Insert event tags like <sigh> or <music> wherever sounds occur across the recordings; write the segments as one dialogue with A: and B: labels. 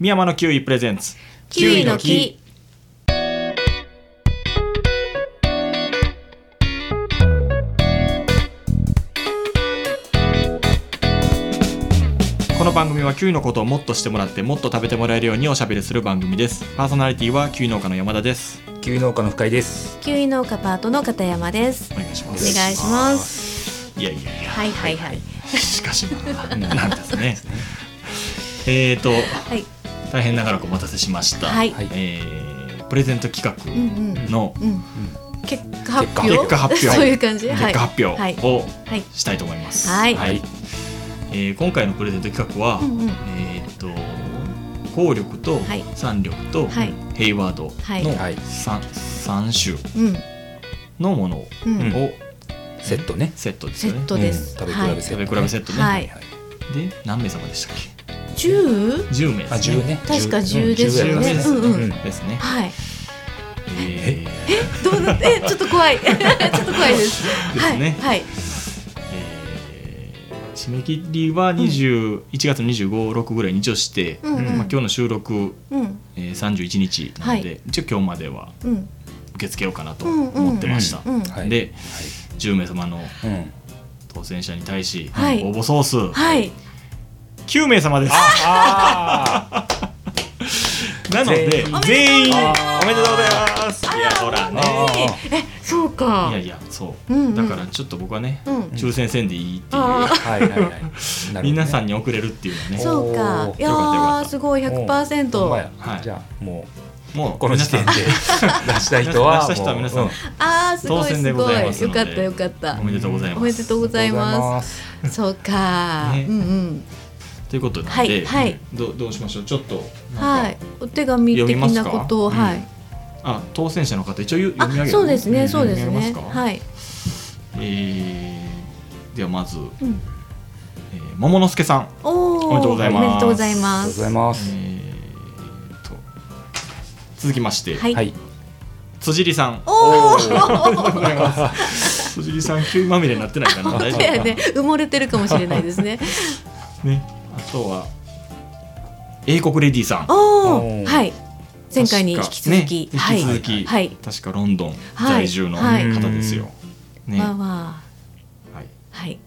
A: 三山のキウイプレゼンツ
B: キウイの木。
A: この番組はキウイのことをもっとしてもらってもっと食べてもらえるようにおしゃべりする番組ですパーソナリティはキウイ農家の山田です
C: キウイ農家の深井です。
B: キウイ農家パートの片山です。
A: お願いしま
B: お
A: す
B: 願いします。
A: いやいやいや
B: はいはいはい。
A: しかしななんですねえーと
B: はい。
A: 大変長らくお待たせしました、
B: はい。
C: はい
A: えープレゼント企画
B: うんうん
A: の
B: うん。結果発表。
A: 結果発表
B: そういう感じ。
A: 結果発
B: はい。
A: 表
B: はい。
A: を
B: はい。
A: したいと思います、
B: はい
C: はい。
A: えー今回のプレゼント企画は、
B: うんうん
A: えーっと効力と
B: はい
A: 三力と
B: はい
A: ヘイワード
B: はい
A: の
C: はい。
A: 三三種
B: うん。
A: のものを
B: うん。
C: セットね。
A: セットです
B: セ
A: よね
B: ッ。トです。
C: うん食べ
B: は
C: 比
B: い
C: べセット、ね。
A: 食べ比べセットね
B: はい
C: い。
A: で何名様でしたっけ？
B: 十？
A: 十名ですね。
C: あ、十ね。
B: 確か10です
A: よね
C: 10
B: うんうん
C: や
A: ですね。
B: はい。
A: えー
B: どうなって？えちょっと怖 <laughs> い。ちょっと怖いです。は
A: ですね
B: い。はい。
A: えー締め切りは二十一月二十五六ぐらいに一応して、
B: うんう
C: ま
A: まあ
B: ん。
A: 今日の収録
B: うん
A: 三十一日なので、一応今日までは
B: うん
A: 受け付けようかなと思ってました。
B: うん。
C: うんはい
A: で10名様の
C: つね。
A: 当選者に対し、
B: はい
A: 応募総数
B: はい。
A: 9名様です
C: あ
A: なので全員おめでとうございますいやそら
C: ー
A: ね
C: あー。
B: えそうか
A: いや。いやそう、
B: うんうん
A: だからちょっと僕はね、
B: うん。
A: 抽選戦でいいっていう、
B: ああ。
C: はいはいはい。なるほどね
A: <laughs> 皆さんに送れるっていうのはね
B: そうか
C: お。ー
B: いや
A: よかったよかっ
B: ー
A: た
B: すごい
C: お
B: 100%
C: うほんまや
A: はい
C: じゃあもう
A: もう
C: この時点で
A: 皆
C: <laughs> 出した人はもう
A: 出した人は皆さん
C: う。
B: ああすごい
A: 当選ですご
B: ご
A: ざい
B: い
A: ます
B: よ
A: ので
B: かったよかった
A: さんおめでとうござい
B: お
A: ま
B: め
A: す
B: でとうございますすそうか、
A: ね
B: うんうん
A: ということなので、
B: はいはい
A: どどうしましょうちょっとなんか
B: はいお手紙的なことを
A: 読みますか
B: はい、
A: あ当選者の方一応ゆ読み上げ
B: あ
A: る
B: そうですねそうです
A: 読み
B: ね
A: 上げますか、
B: はい、
A: えーではまず、
B: うん、
A: えー、桃之助さん
B: おー
A: おめでとうございます
B: おめでとうござい
C: ありが
B: ま
C: とうござ
B: す
C: いま
A: え
C: す。
A: ーっと続きまして、
B: はい、
C: はい。
A: 辻里さん
B: おお
A: 辻里さん急まみれになってないかな大丈夫
B: そう
A: か
B: や
A: な
B: ね埋もれてるかもしれないです
A: <laughs>
B: ね
A: ね、あとは英国レディーさん
B: お
C: お
B: お
C: ー
B: はい前回に引き続き、
A: 確か
B: は
A: ね
B: い
A: 引き続き、
B: はい
A: 確かロンドン
B: はい
A: 在住の
B: はい
A: 方ですよ、ね
B: わあわ
A: はい、
B: あはい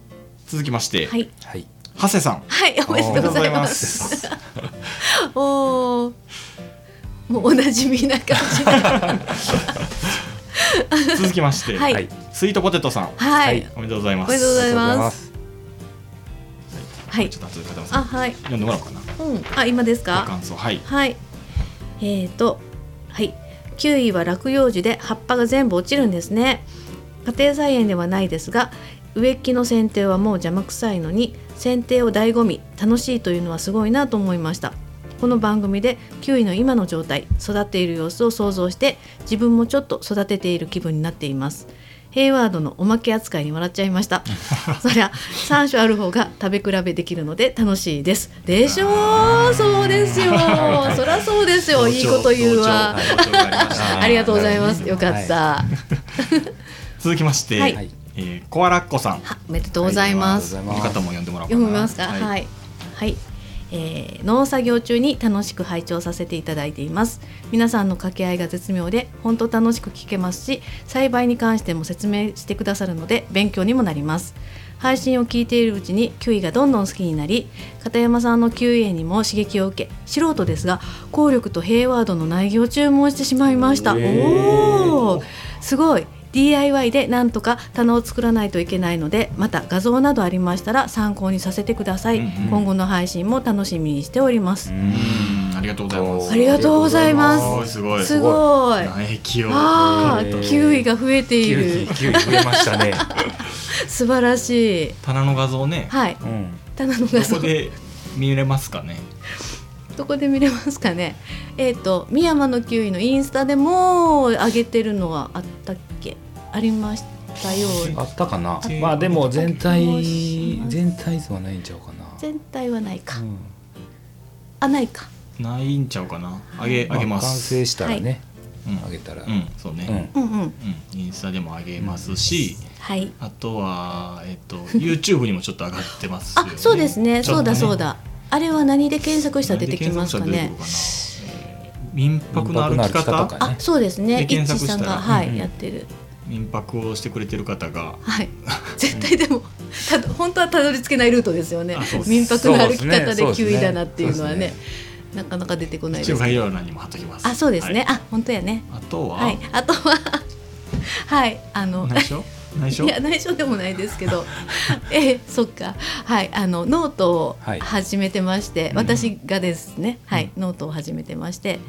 A: 続きまして、
B: はい
C: はい。
A: 長谷さん
B: はいおめでとうございます
A: す
B: おおもうおなじみな感じで
A: 続きまして、
B: はい
C: はい
A: スイートポテトさん
B: は
C: はいい
A: おめでとうございます
B: おめでとうござい
C: ありがとうござい
B: ま
C: ますす。
B: は
A: はい
B: い
A: ちょっと後で片山さ
B: あ
A: ん
B: はい
A: 読んでもらおうかな
B: うんあ今です
A: ご
B: か
A: 感想はい
B: はいえーとはいキウイは落葉樹で葉っぱが全部落ちるんですね家庭菜園ではないですが植木の剪定はもう邪魔くさいのに剪定を醍醐味楽しいというのはすごいなと思いましたこの番組でキウイの今の状態育っている様子を想像して自分もちょっと育てている気分になっていますヘイワードのおまけ扱いに笑っちゃいま
C: <laughs>
B: したそりゃ3種ある方が食べ比べできるので楽しいですでしょうそうですよそりゃそうですよいいこと言うわ
A: 同調同調がありました
B: <laughs> ありがとうございます
C: なる
B: よ
C: ほどね
B: かった、
A: 続きまして、
B: は
A: はい
C: はい。
A: えー、コアラッコさん
B: おめでとうございます。
C: あり
A: こ
C: が
A: の
C: とうござ
A: 方も読
C: い
A: んでもらおうかな
B: 読みますか。はい、はい、えー農作業中に楽しく拝聴させていただいています。皆さんの掛け合いが絶妙で、本当楽しく聞けますし、栽培に関しても説明してくださるので勉強にもなります。配信を聞いているうちにキウイがどんどん好きになり片山さんのキウイ園にも刺激を受け素人ですが効力とヘイワードの苗木を注文してしまいました、
C: えー
B: おーすごい DIY でなんとか棚を作らないといけないのでまた画像などありましたら参考にさせてください、
A: うんうん
B: 今後の配信も楽しみにしておりま
C: う
B: す、
A: うんありがとうございます
B: ありがとうございま
A: す
B: す
A: ごいすごい
B: すごい
A: 唾液を
B: あ
C: え
B: ー
C: ー
B: キウイが増えてい
C: キウ
B: る
C: イ、キウイ増えましたね。
B: 素晴らしい
A: 棚の画像ね、
B: はい
C: うん。
B: 棚の画
A: ど
B: 像
A: こで見れますかね
B: どこで見れますかねえっ、と三山のキウイのインスタでも上げてるのはあったっけありましたような
C: あったかな
A: あ。
C: まあでも全体
B: あった気もします
C: 全体図はないんちゃうかな。
B: 全体はないか、
C: うん
B: あないか
A: ないんちゃうかなあげあげま
C: あ完
A: す、
C: 成したらね、
A: うん
C: あげたら。
A: うんそう
C: う
A: ね、
C: ん
B: うんうん
A: うんインスタでもあげますし、
B: はい
A: あとはえっと YouTube にもちょっと上がってますよ
B: あ
A: ね
B: そうですね
A: ちょ
B: そ
A: っ
B: う
A: と
B: だそうだあれは何で検索したら出てきますか
A: 何で
B: ね。
A: 検索したら出てくるかなえー民泊の歩き
C: 民泊の歩
A: 方
C: き方か
B: あ、そうですね。
A: で
B: いっ
A: 検
B: ち
A: 索し
B: さ
A: た
B: ん
A: ら
B: が、は
C: うんうん
B: い、やってる。
A: 民泊をしてくれてる方が
B: はい。 <laughs> 絶対でも、たど本当はたどり着けないルートですよね
A: あそうで。す
B: 民泊の歩き方で
C: そうですね
B: 9位だなっていうのは
C: そうで
B: ね、なかなか出てこない
A: 一
B: で
A: 応
B: す。
A: 概要欄にも貼っときます
B: あ、そうですね。
A: はい
B: あ、本当やね。
A: あとは、
B: はい。あとは、 <laughs> はい、あの、
A: 内
B: <laughs>
A: 緒内緒
B: いや内緒でもないです
A: <laughs>
B: けどええそっかはいあのノートを
C: はい
B: 始めてまして、
A: うん
B: 私がですねはい、ノートを始めてまして、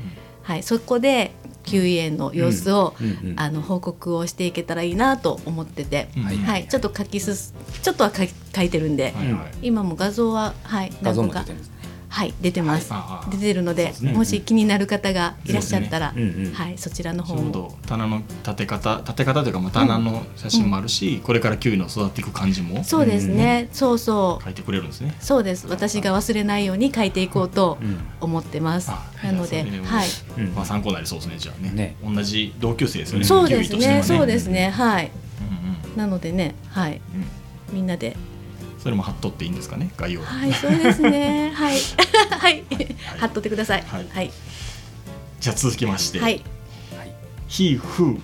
B: はいそこで救援の様子を、
C: うんうんうん
B: あの報告をしていけたらいいなと思ってて、
A: うん
C: はい
B: はいちょっと書きすすちょっとは書き書いてるんで、
A: はいはい
B: 今も画像ははい
C: 画像
B: 何
C: も
B: 個
C: 出
B: か
C: てるんですね。
B: はい出てます、
A: ああ
B: 出てるの
A: そ
B: で
A: うですね
B: もし気になる方がいらっしゃったら、
C: そうですねうんうん
B: はいそちらの
A: ち
B: 方
A: ょう
B: も
A: ど棚の立て方立て方というかまあ棚の写真もあるし、これからキュウリの育っていく感じも
B: そうですね、そうそう
A: 書いてくれるんですね。
B: そうです私が忘れないように書いていこうと
C: うん
B: 思ってます、
A: あ
B: なので
A: いやそれも
B: はい
C: うん
A: まあ参考になりそうですねじゃあね
C: ね
A: 同じ同級生ですよね。
B: そうです
A: キュウ
B: ね
A: リとしては
B: そうですねはい
A: うん
B: なのでねはい
A: うんうん
B: みんなで
A: それも貼っとっていいんですかね概要欄
B: はいそうです
A: <laughs>
B: ねはい <laughs> はい
A: はい
B: 貼っとってください
A: は
B: はいいはい、
A: じゃあ続きまして、
B: はい、
C: はい
A: ひふ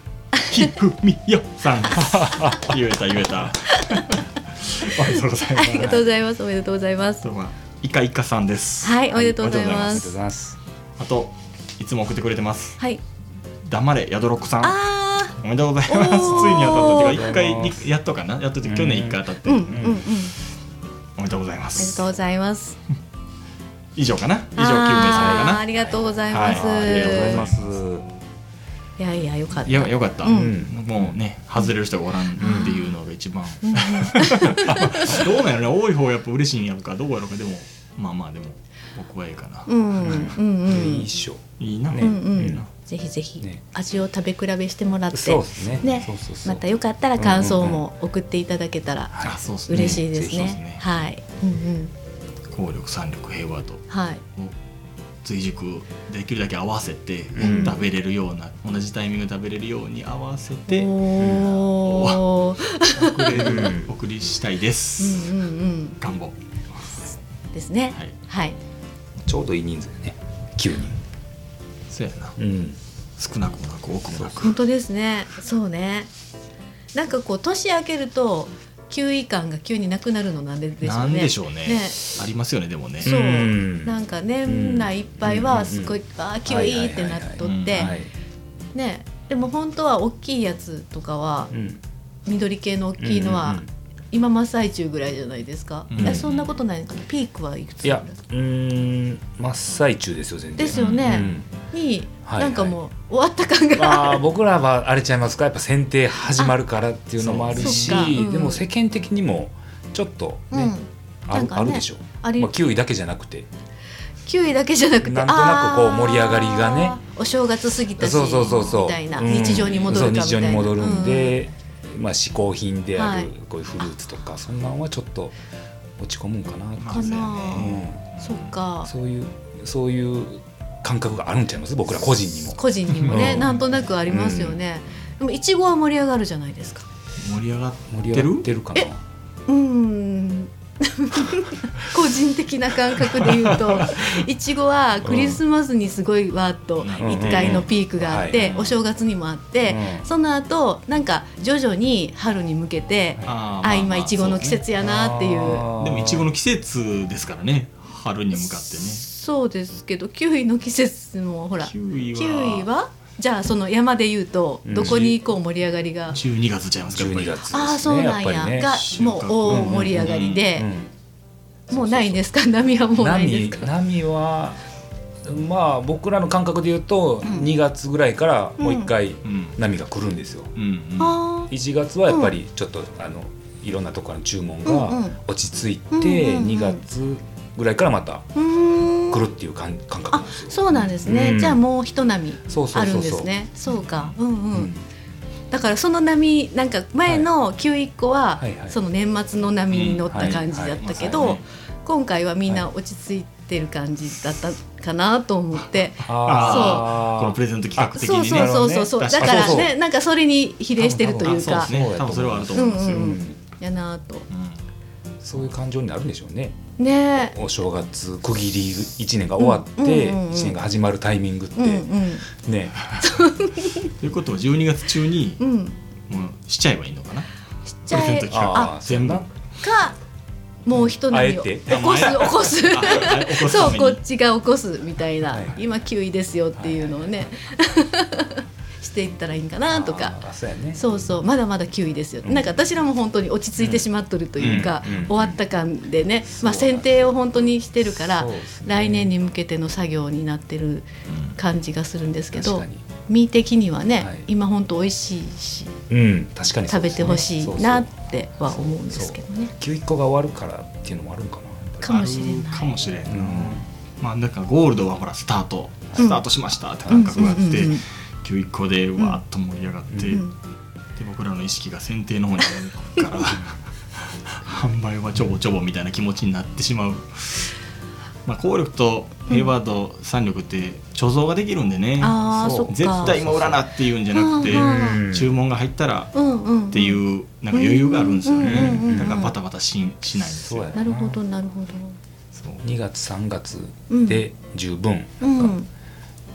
A: ひふみよさんです言えた言え
B: <laughs>
A: たおめでとうございま
B: あ
A: す
B: りがとうございますおめでとうございます
A: あとはイカイカさんです
B: はいおめでとうござい
C: あ
B: ま
C: りがとうご
B: す
C: ざいます。
A: あといつも送ってくれてます
B: はい
A: 黙れやどろっこさん
B: あ
A: おめでとうございますついに
B: おー
A: 当たったっていうか一回
C: お
A: に
C: めでとうございます
A: やっとかなやっとって去年一回当たっ
B: ー
A: て
B: う
A: お
B: んう
A: め
B: んうんおめ
A: でとうございま
B: でと
A: す
B: うございます
A: 以上かな以上9名
B: あー
A: 様
B: あ
A: か
B: りがとうございます、
A: はいありがとうございま
B: いやいやよかった
A: ないやよかった
B: うん
A: もうね外れる人がおらんっていうのが一番
B: うんうん
A: <laughs> どうなんやろね多い方やっぱ嬉しいんやろかどうやろうかでもまあまあでも僕はいいかな
B: うんうんうん
C: いい衣装。
A: いいな
C: ね
B: うんう、
A: いいなん
B: ぜひぜひ、
C: ね
B: 味を食べ比べしてもらって
C: そうですね。
B: ね
C: そうそうそう
B: またよかったら感想も送っていただけたら
A: あそうっすね
B: 嬉しいです
A: ぜひそうっす
B: ね。はい、うんうん、
A: 効力三力平和と
B: はい、
A: 追熟できるだけ合わせて
C: うん
A: 食べれるような、同じタイミングで食べれるように合わせて
B: おお、
A: 送れる
C: うん
A: お送りしたいで
B: う
A: す、
B: んうんうん、
A: 願望
B: ですね。
A: はい
B: はい、
C: ちょうどいい人数ね。九人。
A: そうやな
C: うん。
A: 少なくもなく多くもなく
B: 本当ですね。そうね。なんかこう年明けると休位感が急になくなるのなんででしょ
A: な
B: うね。
A: んでしょうね
B: ね
A: ありますよねでもね
B: そう、
C: うん
B: なんか年内いっぱいはすごい、
C: う
B: ああ休位ってなっとって、
A: はい
C: はい。
B: ね。でも本当は大きいやつとかは
C: うん。
B: 緑系の大きいのは
C: うんうんうん
B: 今真っ最中ぐらいじゃないですか、
A: うん
B: えそんなことないのかなピークはいくつ
C: い
B: ぐらい
C: や、うーん、真っ最中ですよ、全然。
B: ですよねに、
C: はい
B: なんかもう終わった感
C: うんま
B: が、
C: あ、僕らはあれちゃいますか、やっぱ選定始まるからっていうのもあるし、
B: あそうそうかうん
C: でも世間的にも。ちょっと
B: うん
C: ね、あ
B: なん
C: る
B: かね
C: あるでしょ
B: あれ
C: まあ、キウイだけじゃなくて、
B: 9位だけじゃなくて
C: なんとなくこう盛り上がりがね
B: あーお正月過ぎたし
C: そうそうそうそう、
B: みたいな、
C: うん
B: 日常に戻るかみたいな
C: そう日常に戻るん
B: う
C: で、まあ、嗜好品であ
B: はい
C: る、こういうフルーツとか、そんなんはちょっと。落ち込むんかなって。
A: まあそうやね
B: う
C: う
B: んそっか
C: ん、そういう、そういう感覚があるんちゃいます、僕ら個人にも。
B: 個人にもね、
C: うん
B: なんとなくありますよね、でもいちごは盛り上がるじゃないですか
A: 盛り上がっ
C: 盛り
A: て
C: 上がっ
A: る
C: てるかな。
B: うーん <laughs> 個人的な感覚で言う
C: <laughs>
B: といちごはクリスマスにすごいわーっと1回のピークがあって、
A: うん
B: お正月にもあって、
C: うん
B: その後なんか徐々に春に向けて、
A: あ
B: あ今いちごの季節やなっていう。
C: あー
A: でもいちごの季節ですからね春に向かってね
B: そうですけどキウイの季節もほら
A: キ
B: キ
A: ウイは
B: ウイはじゃあその山で言うと
C: うん
B: どこに行こう盛り上がりが、
A: 12月ちゃいますかやっぱ
C: 12
A: り
C: 月ですね。
B: ああそうなんや
C: っぱりね
B: がもう大盛り上がりで、もうないんですか波はもうないんです
C: 波
B: か
C: 波はまあ僕らの感覚で言うと
B: うん
C: 2月ぐらいからもう一回
A: うん
C: 波が来るんですよ。
A: うんうん
B: あー
C: 1月はやっぱりちょっとあのいろんなところの注文
B: うんう
C: が
B: ん
C: 落ち着い
B: うんうん
C: て
B: うん
C: 2月ぐらいからまた
B: うーん
C: 来るっていう感感覚なん
B: あ
C: ですよ。
B: そうなんですね、
C: うん
B: じゃあもう一波
C: そうそ
B: あ
C: う
B: る
C: そ
B: ん
C: う
B: で
C: そう
B: す。ねそうかうんうん、
C: うん
B: だからその波なんか前の9一個は、
C: はいはい
B: その年末の波に乗った感じだったけど、
A: うんはいはい
B: 今回はみんな落ち着いてる感じだったかなと思って、
C: あー
A: このプレゼント企画的
B: そ
A: に
B: う
A: ね
B: そうそうそうそう、
A: なるほどね
B: だからね
C: そうそう
B: なんかそれに比例してると
A: あ
B: い
A: そうそうで
B: うか
A: すね多分それはあると思うんですよ、
B: うん
C: うん
B: やなぁと
A: うん
C: そういう感情になるんでしょうね。
B: ねえ
C: お正月区切り1年が終わって
B: うんうんうんうん
C: 1年が始まるタイミングって
B: うん
C: ね
A: ということは12月中に
B: うんうん
A: もうしちゃえばいいのかな
B: しちゃえ
A: プレゼント
C: ああ
A: そうやな
C: 全部
B: かもう一波を
C: あえ
B: 起
C: て
B: こす
A: あ
B: 起こす
A: ああ起こすた
B: そう
A: め
B: こ
A: に
B: っちが起こすみたいな
C: はいはい
B: 今9位ですよっていうのをね <laughs> していったらいいんかなとか
C: あーそうやね
B: そうそうまだまだ9位ですよ、
C: うん
B: なんか私らも本当に落ち着いてしまっとるというか、
C: うんうん
B: 終わった感でね、
C: そう
B: まあ、選定を本当にしてるから、
C: そうですね
B: 来年に向けての作業になってる感じがするんですけ
C: 確
B: ど
C: かに
B: 身的にはね、
C: はい
B: 今本当美味しいし
C: うん確かにそ
B: 食
C: うで
B: べ
C: す
B: て
C: ね
B: ほしい
C: そうそう
B: なっては思うんですけどね。
C: 休一個が終わるからっていうのもあるんかなやっぱ
B: かもしれない
A: あるかもしれん
C: りうん
A: まあなんかゴールドはほらスタート
B: うん
A: スタートしましたって感覚があって、
B: うんうんうんうん
A: 今日1個でわーっと盛り上がって、
B: うん
A: で僕らの意識が剪定の方に向くから
B: <laughs>
A: 販売はちょぼちょぼみたいな気持ちになってしまう。まあ、効力と平和と三力って貯蔵ができるんでね、
B: あー
A: そう
B: そっか
A: 絶対今売らなっていうんじゃなくて、
B: うんうん
A: 注文が入ったら
B: うんうん、
A: っていうなんか余裕があるんですよ
B: うんうんうんう
A: ね
B: ん
A: だからバタバタししないんです
C: そう
A: よ
C: や
B: なるほどなるほど。
A: そう
C: 2月3月で十分
B: うん、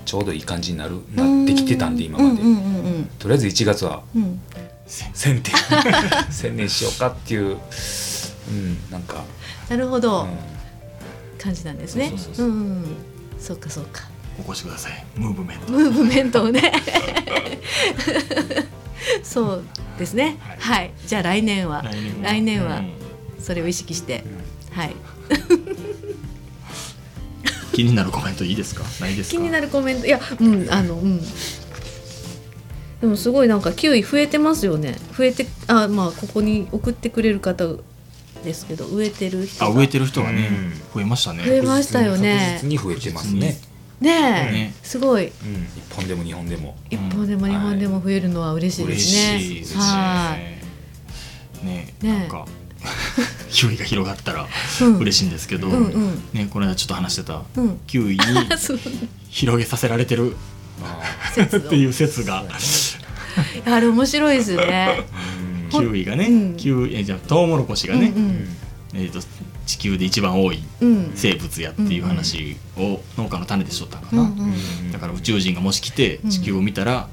C: ちょうどいい感じになるなってきてたんで今まで
B: うんうんうん
C: とりあえず1月は
B: うんうん
A: せ
C: 1000点1000年しようかっていううんなんか
B: なるほど、
C: うん
B: 感じなんですね
C: そうそう。
B: う
C: そうん
B: うんうんそうかそうか。 <laughs>
A: お越しくださいムーブメント
B: ムーブメントをね。そうですね。
A: はい
B: はい。じゃあ来年は
A: 来年は
B: 来年は
A: うん
B: それを意識して、はい。
A: 気になるコメントいいですかないですか
B: 気になるコメントいやうんあのうん。でもすごいなんか9位増えてますよね。増えてあまあここに送ってくれる方ですけど植えてる人
A: あ
B: が
A: 植えてる人がね、
C: う
A: 増
C: ん
A: えましたね
B: 増えましたよね
C: 確実に増えてますね
B: ねえ、
A: ね
B: すごい。
C: うん1本でも2本でも
B: 一本でも
A: うん
B: 日本でも増えるのは嬉しいで
A: 嬉
B: すね。
A: しいですね
B: はい。
A: ね
B: ね
A: なんか <laughs> 勢いが広がったら
B: うん
A: 嬉しいんですけど、
B: うんうん
A: ねこの間ちょっと話してた
B: うん。
A: 9位に
B: <laughs> そう
A: 広げさせられてる
C: あ
B: 説
A: <laughs>
B: を
A: っていう説
B: <laughs>
A: が
B: あれ面白いですね。
C: ーうん
A: 9位がね、
B: うん
A: 九位えじゃあトウモロコシがね、
B: うん
A: えー、と地球で一番多い
B: うんうん
A: 生物やっていう話を農家の種でしとったのかな、
B: うん
C: うん
A: だから宇宙人がもし来て
B: うん
A: 地球を見たら、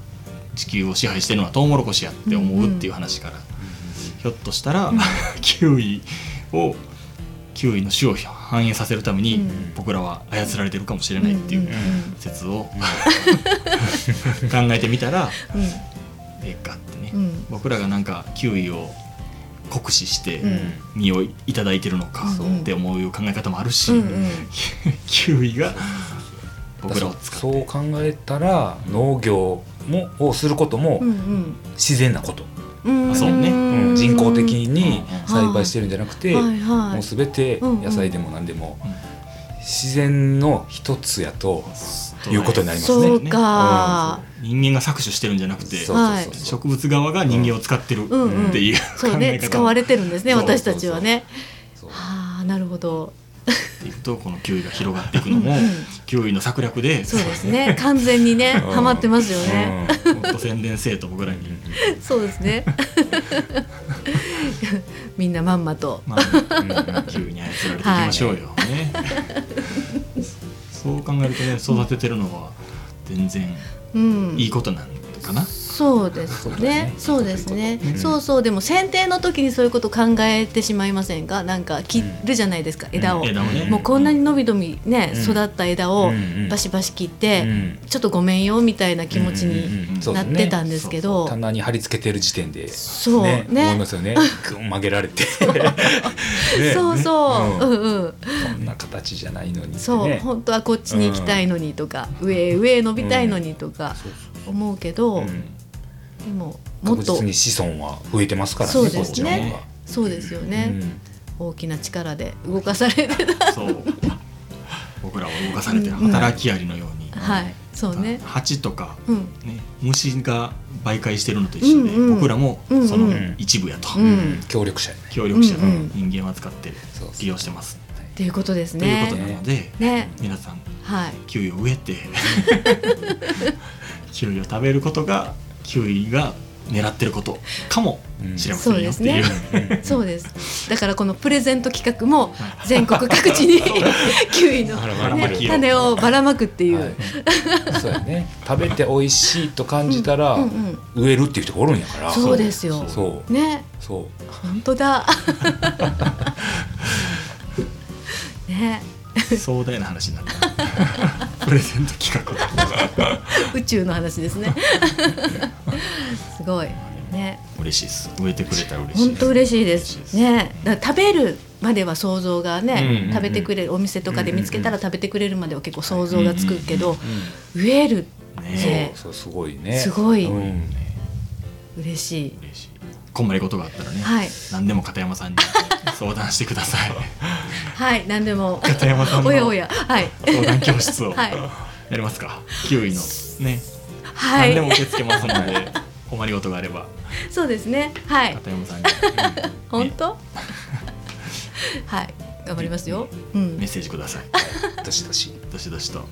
A: 地球を支配してるのはトウモロコシやって思うっていう話から、ひょっとしたら、9位を9位の種を反映させるために、
B: うん
A: 僕らは操られてるかもしれないってい
B: うんうん
A: う
B: うん
A: 説を、 <laughs> 考えてみたら
B: うん
A: ええかってね、
B: うん
A: 僕らがなんか9位を酷使して
B: うん
A: 身をいただいてるのか
B: そう
A: って思う考え方もあるし、
B: うんうん
A: 9位が僕らを使って
C: そう考えたら農業もをすることも
B: うん
C: 自然なこと、
B: うん。
A: あそうね
C: うん人工的に
A: うん
C: 栽培してるんじゃなくて、
B: はいは
C: もう
B: い。
C: 全て
B: うんうん
C: 野菜でも何でも
A: うん
C: 自然の一つやと
A: と
C: いうことになりますね
B: そうか。
A: 人間が搾取してるんじゃなくて
C: そう
B: はい
C: そうそうそう
A: 植物側が人間を使ってる
B: うんうん
A: っていう、
B: そう
A: 考え
B: ね
A: 方
B: 使われてるんですね
C: そう
B: 私たちはね。
C: そう
B: はあなるほど。
A: っていうとこの球威が広がっていくのも
B: うんうん
A: 球威の策略で
B: そうですね完全にね
C: うん
B: ハマってますよね。
C: うん
A: もっと宣伝せえと僕らに、
B: そうですね。 <laughs> みんなまんまと。
A: まあ、球威に操られていきましょうよ、
B: <laughs>
A: ねそう考えるとね育ててるのは全然
B: うん。
A: いいことなんかな、
B: そうですね。そうですね。
C: ん
B: そうそう、でも剪定の時にそういうこと考えてしまいませんか。なんか切るじゃないですか、枝を。
A: 枝をね
B: もうこんなに伸び伸びね、
C: うん
B: 育った枝を
C: うんうん
B: バシバシ切っ
C: う
B: て、
C: ん
B: ちょっとごめんよみたいな気持ちに
A: に
C: そう
B: な
C: で
B: っ
C: す
B: てた
C: ね
B: んですけ
A: そ
B: ど。
C: 棚に貼り付けてる時点で
B: そうね
C: 思いますよ
B: <laughs>
C: ねグン曲げられてね
B: そうそう、うんう
C: ね
B: ん、
C: こんな形じゃないのにって
B: そう、
C: ね
B: 本当はこっちに行きたいのにとか、上へ上へ伸びたいのにとか
C: そう
B: 思うけど、
C: うん
B: でももっ
C: 確
B: と
C: 実に子孫は増えてますからね
B: そうです
A: ね
C: こっ
B: そうですよ
C: ちの方が
B: ね、大きな力で動かされてた、
A: そう僕らは動かされてる
B: うん
A: 働きアリのように、
B: はいそうね
A: 蜂とか
B: うん
A: ね、虫が媒介してるのと一緒で、
B: うんうん
A: 僕らもその
B: うんうん
A: 一部やと、
B: う
C: うんんうん協力者やね
A: 協力者
B: う
A: の
B: ん
A: 人間を扱って
C: そうそう
A: 利用してます、
B: っていうことです
A: ということ
B: ね。
A: なので、
B: ね、
A: 皆さん
B: はい、
A: キウイを植えて <laughs> キウイを食べることがキウイが狙ってることかも
C: うん
A: 知れませんよっていう
B: そうそうですだからこのプレゼント企画も全国各地
A: <laughs>
B: にキウイの、
C: ばら
A: ばらまき
B: ね、
A: を
B: 種をばらまくっていう、
C: はいそうやね食べて美味しいと感じたら、
B: うんうん
C: 植えるっていう人がおるんやから
B: そうですよ
C: そうそう
B: ね
C: そう
B: 本当だ <laughs> ね
A: 壮大な話になった <laughs> プレゼント企画
B: 宇宙の話で
A: <laughs>
B: すねすごいね
A: 嬉しいです植えてくれたら嬉しい
B: 本当嬉しいで
A: 嬉し
B: す
A: いです
B: ねだから食べるまでは想像がね、
C: うんうんうん
B: 食べてくれるお店とかで見つけたら食べてくれるまでは結構想像がつくけど、植える
A: ね
C: そうすごいね
B: すごい
C: うん
B: 嬉しい、
A: 嬉しい困りことがあったらね、
B: はい
A: 何でも片山さん <laughs> に相談してください
B: はい何でも
A: 片山さんの
B: <laughs> おやおやはい
A: 相談教室を
B: はい
A: やりますか、キウイのね
B: は
A: 何でも
B: い
A: 受け付けますので困りごとがあれば
B: そうですねはい
A: 片山さんに、
B: 本当はい頑張りますよ、うん
A: メッ、セージください
C: どしどし
A: どしどしと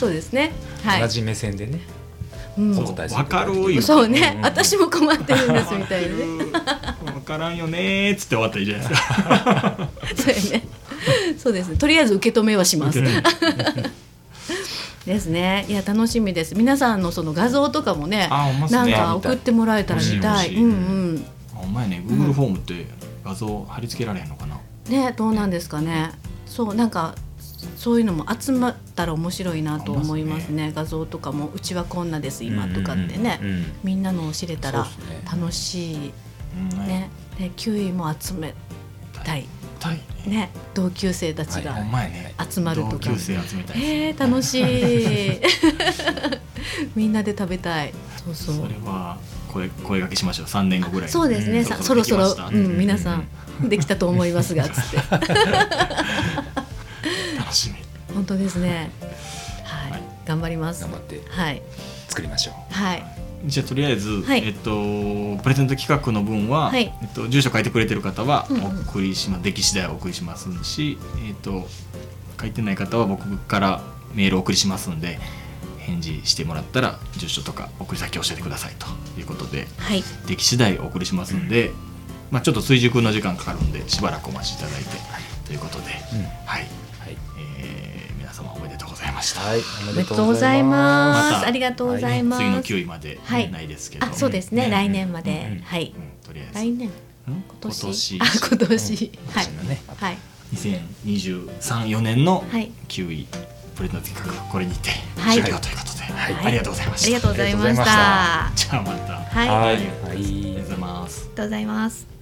B: そうですねはい
C: 同じ目線でね
B: うん
C: そう答えする
A: 分かるよ
B: そうね、
C: うん
B: 私も困ってるんですみたいなね。
A: 分からんよねーっつって終わったらいいじゃないですか
B: そうやね。そうですね。とりあえず受け止めはします。ですね。いや楽しみです。皆さんのその画像とかもね、
A: あほんまっす
B: なん
A: ね
B: か送ってもらえたら見た
A: 欲し
B: い。
A: いう欲しい
B: んうん。
A: お前ね
B: うん
A: Google フォームって画像貼り付けられへんのかな、
B: ね、どうなんですかね。そうなんか。そういうのも集まったら面白いなと思いますね画像とかもうちはこんなです今とかってね、
C: うんうんうん
B: みんなのを知れたら
C: そうっすね
B: 楽しい
A: うん
B: ねねキウイも集めたい
A: タイね
B: ね同級生たちが、
A: お前ね
B: 集まるとか
A: 同級生集めたいです
B: えー、楽しい <laughs> みんなで食べたいそうそ
A: そうれは声声掛けしましょう3年後ぐらいに
B: そうですね、
A: ん
B: さそろそろ
A: できました
B: うん、皆さんできたと思いますがつって
A: 楽しみ
B: 本当ですねはい、
A: はい
B: 頑張ります
C: 頑張って
B: はい
C: 作りましょう
B: はい
A: じゃあとりあえず、
B: はい
A: えっと、プレゼント企画の分は、
B: はい
A: えっと、住所書いてくれてる方は
B: うんうん
A: お送りしま、でき次第お送りしますし、えっと、書いてない方は僕からメールお送りしますんで返事してもらったら住所とか送り先教えてくださいということで
B: はい
A: でき次第お送りしますんで、まあ、ちょっと追熟の時間かかるんでしばらくお待ちいただいてということで、
C: うん
A: はい
C: はい
A: えー皆様おめでとうございました。
C: はいお
B: お
C: め
B: め
C: で
B: で
C: と
B: と
C: う
B: う
C: ご
B: ご
C: ざ
B: ざ
C: い
B: い
C: ます
B: ます、
A: また
B: ありがとうございます、
A: 次の9位まで
B: はい
A: ないですけど、
B: あそうですね来年まで、
C: うん
B: はい
A: うんとりあえず
B: 来年
A: 今
B: 今年
A: 年
B: あ今年、はい
C: 今年のね
B: はい
A: 2023年の
B: はい
A: 9位プレゼント企画これにて
B: はい
A: 終了ということで、
C: はい
A: ありがとうございました
B: ありがとうございました
C: あ
B: は
A: じゃあまた、あり
B: い、あり
C: はい
A: がとうございます
B: がとうございます